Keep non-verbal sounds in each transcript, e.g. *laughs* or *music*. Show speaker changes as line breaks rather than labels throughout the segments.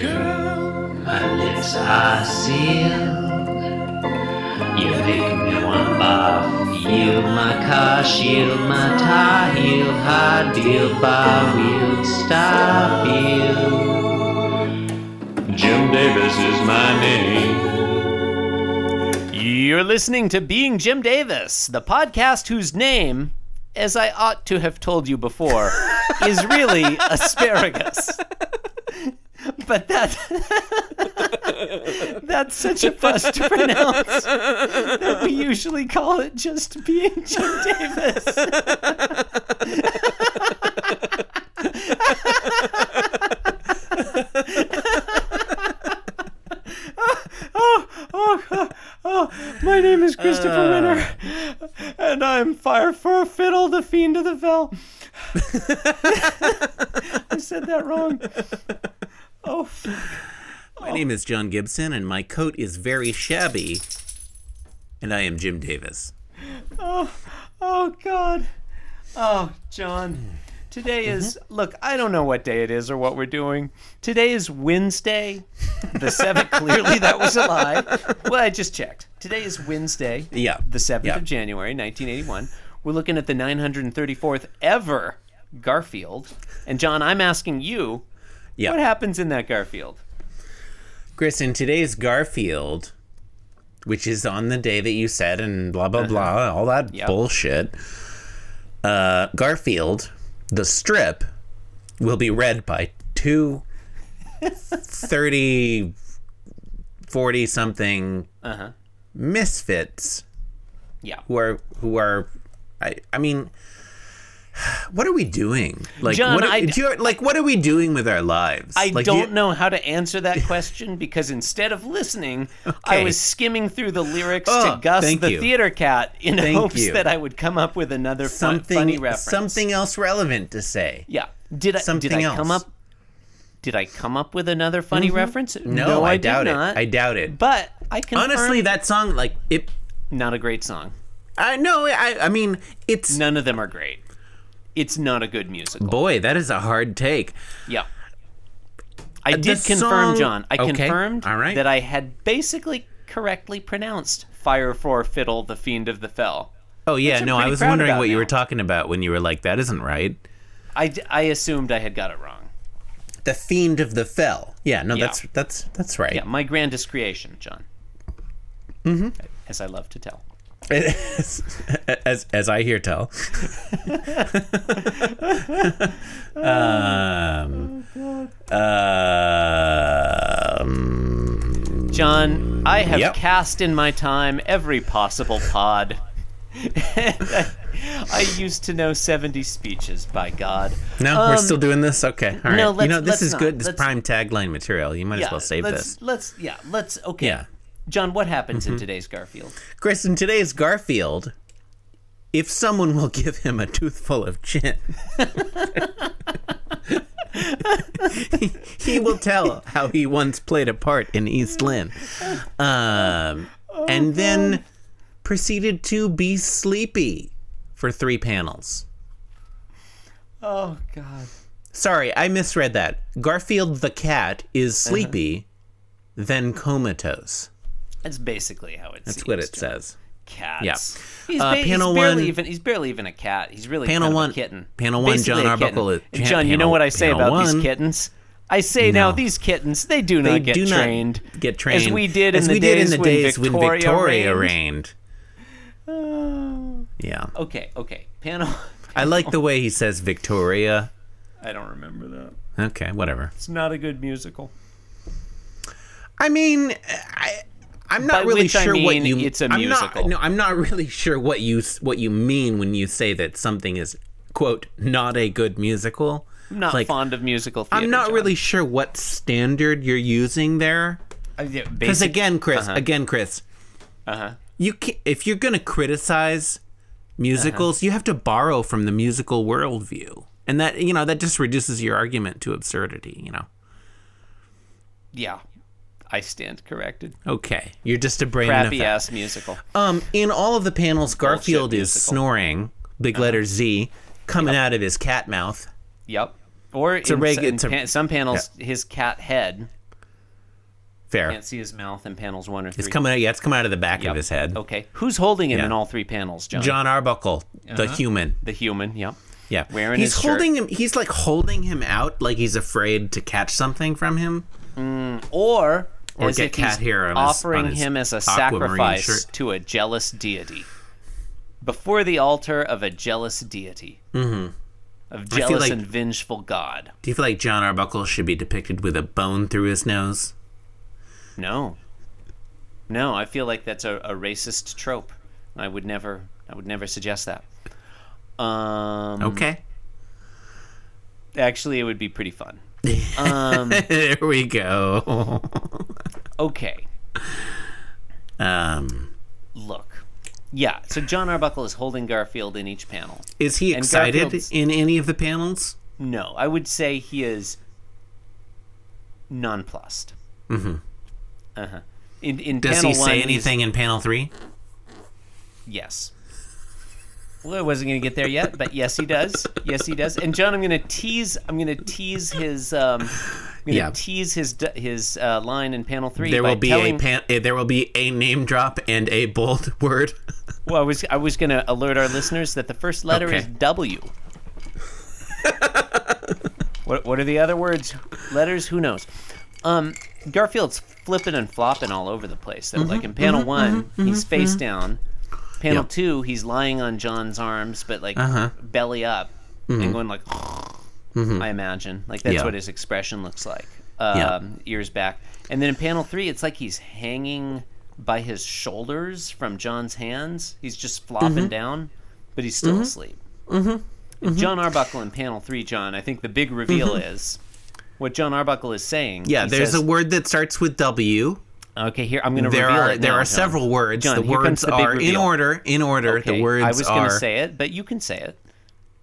Girl, my lips are sealed. You make me want bath. Yield my car, shield my tie, heel, high deal, bar wheel, stop heel. Jim Davis is my name.
You're listening to Being Jim Davis, the podcast whose name, as I ought to have told you before, is really asparagus. But that *laughs* that's such a fuss to pronounce that we usually call it just being Jim Davis. *laughs* Oh, My name is Christopher Renner, and I'm fire for a fiddle, the fiend of the fell. I said that wrong. Oh, f-
My name is John Gibson, and my coat is very shabby. And I am Jim Davis.
oh God. Oh, John. Today is, look, I don't know what day it is or what we're doing. Today is Wednesday, the 7th. Clearly, that was a lie. Well, I just checked. Today is Wednesday,
Yeah.
the 7th
Yeah.
of January, 1981. We're looking at the 934th ever Garfield. And, John, I'm asking you,
Yeah.
what happens in that Garfield?
Chris, in today's Garfield, which is on the day that you said, and blah, blah, blah, all that
Uh-huh. Yep.
bullshit, uh, Garfield, the strip, will be read by
*laughs*
two 30, 40 something
Uh-huh.
misfits
Yeah.
who are, who are, I, I mean, what are we doing? Like,
John,
what are,
I-
do you, like, what are we doing with our lives?
I
Like, do you-
don't know how to answer
*laughs*
that question because instead of listening, I
Okay.
was skimming through the lyrics
Oh,
to Gus
thank
the
you.
Theater Cat in
Thank
hopes
you.
that I would come up with another fun,
something
funny reference.
something else relevant to say.
Yeah. Did I
something
did I come
else. Mm-hmm.
up did I come up with another funny reference?
No, I, doubt
did
it.
not.
I doubt it.
but I can
honestly, that song like it.
not a great song.
I no. I I mean, it's
None of them are great. It's not a good musical.
boy. That is a hard take.
Yeah. I
the
did confirm,
song-
John. I
Okay,
confirmed
all right.
that I had basically correctly pronounced Fire for Fiddle, the Fiend of the Fell.
Oh yeah,
I'm
no. I
pretty
was
proud
wondering
about
what you
now.
were talking about when you were like, "That isn't right."
I, d- I assumed I had got it wrong.
The fiend of the fell. Yeah, no, that's that's that's right.
Yeah, my grandest creation, John. Mm-hmm. As I love to tell.
as, *laughs* as as I
*laughs*
hear tell. um, um,
John, I have
Yep.
cast in my time every possible pod. *laughs* I used to know 70 speeches, by God.
no, we're
Um,
still doing this. Okay, all right.
no,
you know
let's-
this
let's
is
not.
good. This
Let's-
prime tagline material. You might as well save
let's,
this.
Let's, yeah, let's, okay.
Yeah,
John, what happens
Mm-hmm.
in today's Garfield?
Chris. In today's Garfield, if someone will give him a toothful of gin. he, he will tell how he once played a part in East Lynne. Um, and then proceeded to be sleepy for three panels.
Oh, God.
Sorry, I misread that. Garfield the cat is sleepy, then comatose.
That's basically how it
That's what it
seems.
says.
Cats.
Yeah.
He's,
Uh,
ba-
panel
he's barely
one-
even he's barely even a cat. He's really
Panel
kind
one-
of a kitten.
panel one,
Basically
John
a kitten.
Arbuckle is-
And
pa-
John, you know
panel-
what I say
panel
about these
one.
kittens? I say now these kittens they do not get
do not
trained.
Get trained.
as we did in
as
the
we did
days
in the
when
days when
Victoria
Victoria
reigned.
reigned.
*sighs*
Yeah.
Okay, okay. Panel. *laughs*
I like the way he says Victoria.
I don't remember that.
Okay, whatever.
It's not a good musical.
I mean, I, I'm not
By
really
which I
sure what
mean
you.
it's a
I'm
musical.
Not, no, I'm not *laughs* really sure what you s- what you mean when you say that something is quote not a good musical.
I'm not
Like,
fond of musical theater.
I'm not
John.
really sure what standard you're using there.
I- yeah,
Because
basic-
again, Chris, again, Chris,
Uh-huh.
you can, if you're gonna criticize musicals,
Uh-huh.
you have to borrow from the musical worldview, and that you know that just reduces your argument to absurdity. You know,
Yeah, I stand corrected.
okay, you're just a brain.
Crappy
effect.
ass musical.
Um, in all of the panels, Garfield is
musical. Uh-huh.
snoring, big letter Z, coming out of his cat mouth.
Yep. Or in
reg-
some,
it's a-
pan- some panels, his cat head
Fair.
can't see his mouth in panels one or three.
It's coming out. Yeah, it's coming out of the back of his head.
Okay, who's holding him
Yeah.
in all three panels, John?
John Arbuckle, the human.
the human. Yep.
Yeah,
Uh-huh. Wearing
he's
his shirt.
holding him. He's like holding him out, like he's afraid to catch something from him.
Or,
Or
as
get
if
cat
he's
hair on his-
offering
on his
him as a
aquamarine
sacrifice
shirt.
to a jealous deity before the altar of a jealous deity of
Mm-hmm. feel
jealous
like-
and vengeful god.
Do you feel like John Arbuckle should be depicted with a bone through his nose?
No, no, I feel like that's a, a racist trope. I would never, I would never suggest that. Um,
Okay, *laughs*
actually, it would be pretty fun.
there we go. *laughs*
Okay,
Um,
look, yeah. So John Arbuckle is holding Garfield in each panel.
is he
And
excited
Garfield's-
in any of the panels?
No, I would say he is nonplussed. Mm-hmm. Uh huh. In in
Does
panel
he
one,
say
he's-
anything in panel three?
Yes. Well, I wasn't going to get there yet, but yes, he does. Yes, he does. And John, I'm going to tease. I'm going to tease his. Um, I'm going to
Yeah.
tease his d- his uh, line in panel three.
There
by
will be
telling,
a pan- eh, there will be a name drop and a bold *laughs* word.
Well, I was I was going to alert our listeners that the first letter
Okay.
is W. what what are the other words? Letters? Who knows? Um, Garfield's flipping and flopping all over the place. Though,
Mm-hmm.
like in panel one, he's face down. Panel
Yeah.
two, he's lying on John's arms, but like
Uh-huh.
belly up and going like. I imagine like that's
Mm-hmm. Yeah.
what his expression looks like. Um, Ears back, and then in panel three, it's like he's hanging by his shoulders from John's hands. He's just flopping
Mm-hmm.
down, but he's still asleep. And John Arbuckle in panel three, John. I think the big reveal is what John Arbuckle is saying.
Mm-hmm. Yeah,
He
there's
says-
a word that starts with W.
Okay, here I'm going to
There
reveal
are
it.
there
now,
are
John.
several words.
John,
the
here comes
words
the big
are in
reveal.
order. In order,
Okay,
the words
I was
are
to say it, but you can say it.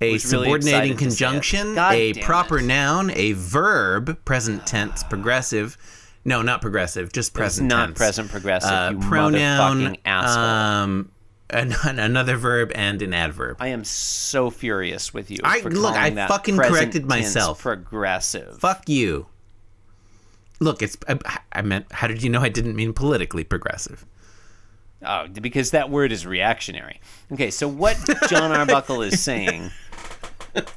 a
was really
subordinating
excited to say it.
conjunction,
God
a
damn
proper
it.
noun, a verb, present tense, progressive. No, not progressive, just present
Not
tense.
present progressive.
Uh,
you
pronoun,
motherfucking asshole.
um, an, another verb and an adverb.
I am so furious with you.
I-
for
look,
calling
I
that
fucking
present
corrected myself.
tense Progressive.
Fuck you. Look, it's I, I meant. How did you know I didn't mean politically progressive?
Oh, because that word is reactionary. Okay, so what
*laughs*
John Arbuckle is saying. It's,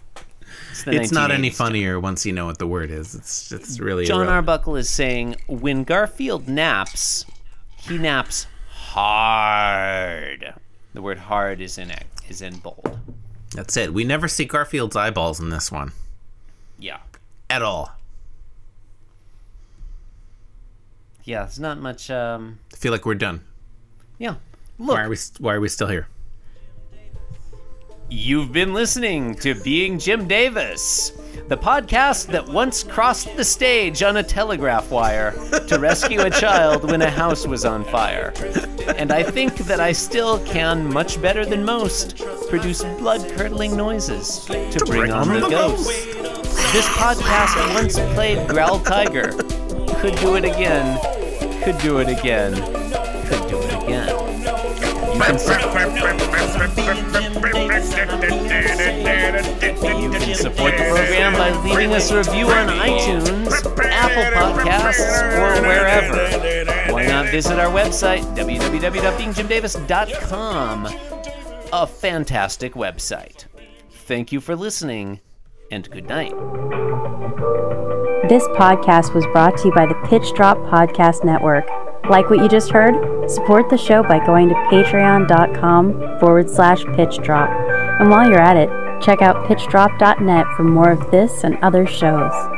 the
It's not any
1980s.
funnier once you know what the word is. It's it's really
John
irrelevant.
Arbuckle is saying when Garfield naps, he naps hard. The word hard is in it, is in bold.
That's it. We never see Garfield's eyeballs in this one
Yeah.
at all.
Yeah, it's not much um
I feel like we're done.
yeah.
Why are we Why are we still here?
You've been listening to Being Jim Davis, the podcast that once crossed the stage on a telegraph wire to rescue a child when a house was on fire. And I think that I still can, much better than most, produce blood curdling noises to bring on the ghosts. This podcast once played Growl Tiger. Could do it again. Could do it again. Could do it again. You can support the program by leaving us a review on iTunes, Apple Podcasts, or wherever. Why not visit our website, www.beingjimdavis.com? A fantastic website. Thank you for listening, and good night.
This podcast was brought to you by the Pitch Drop Podcast Network. Like what you just heard? Support the show by going to patreon.com forward slash pitch drop. And while you're at it, check out pitchdrop.net for more of this and other shows.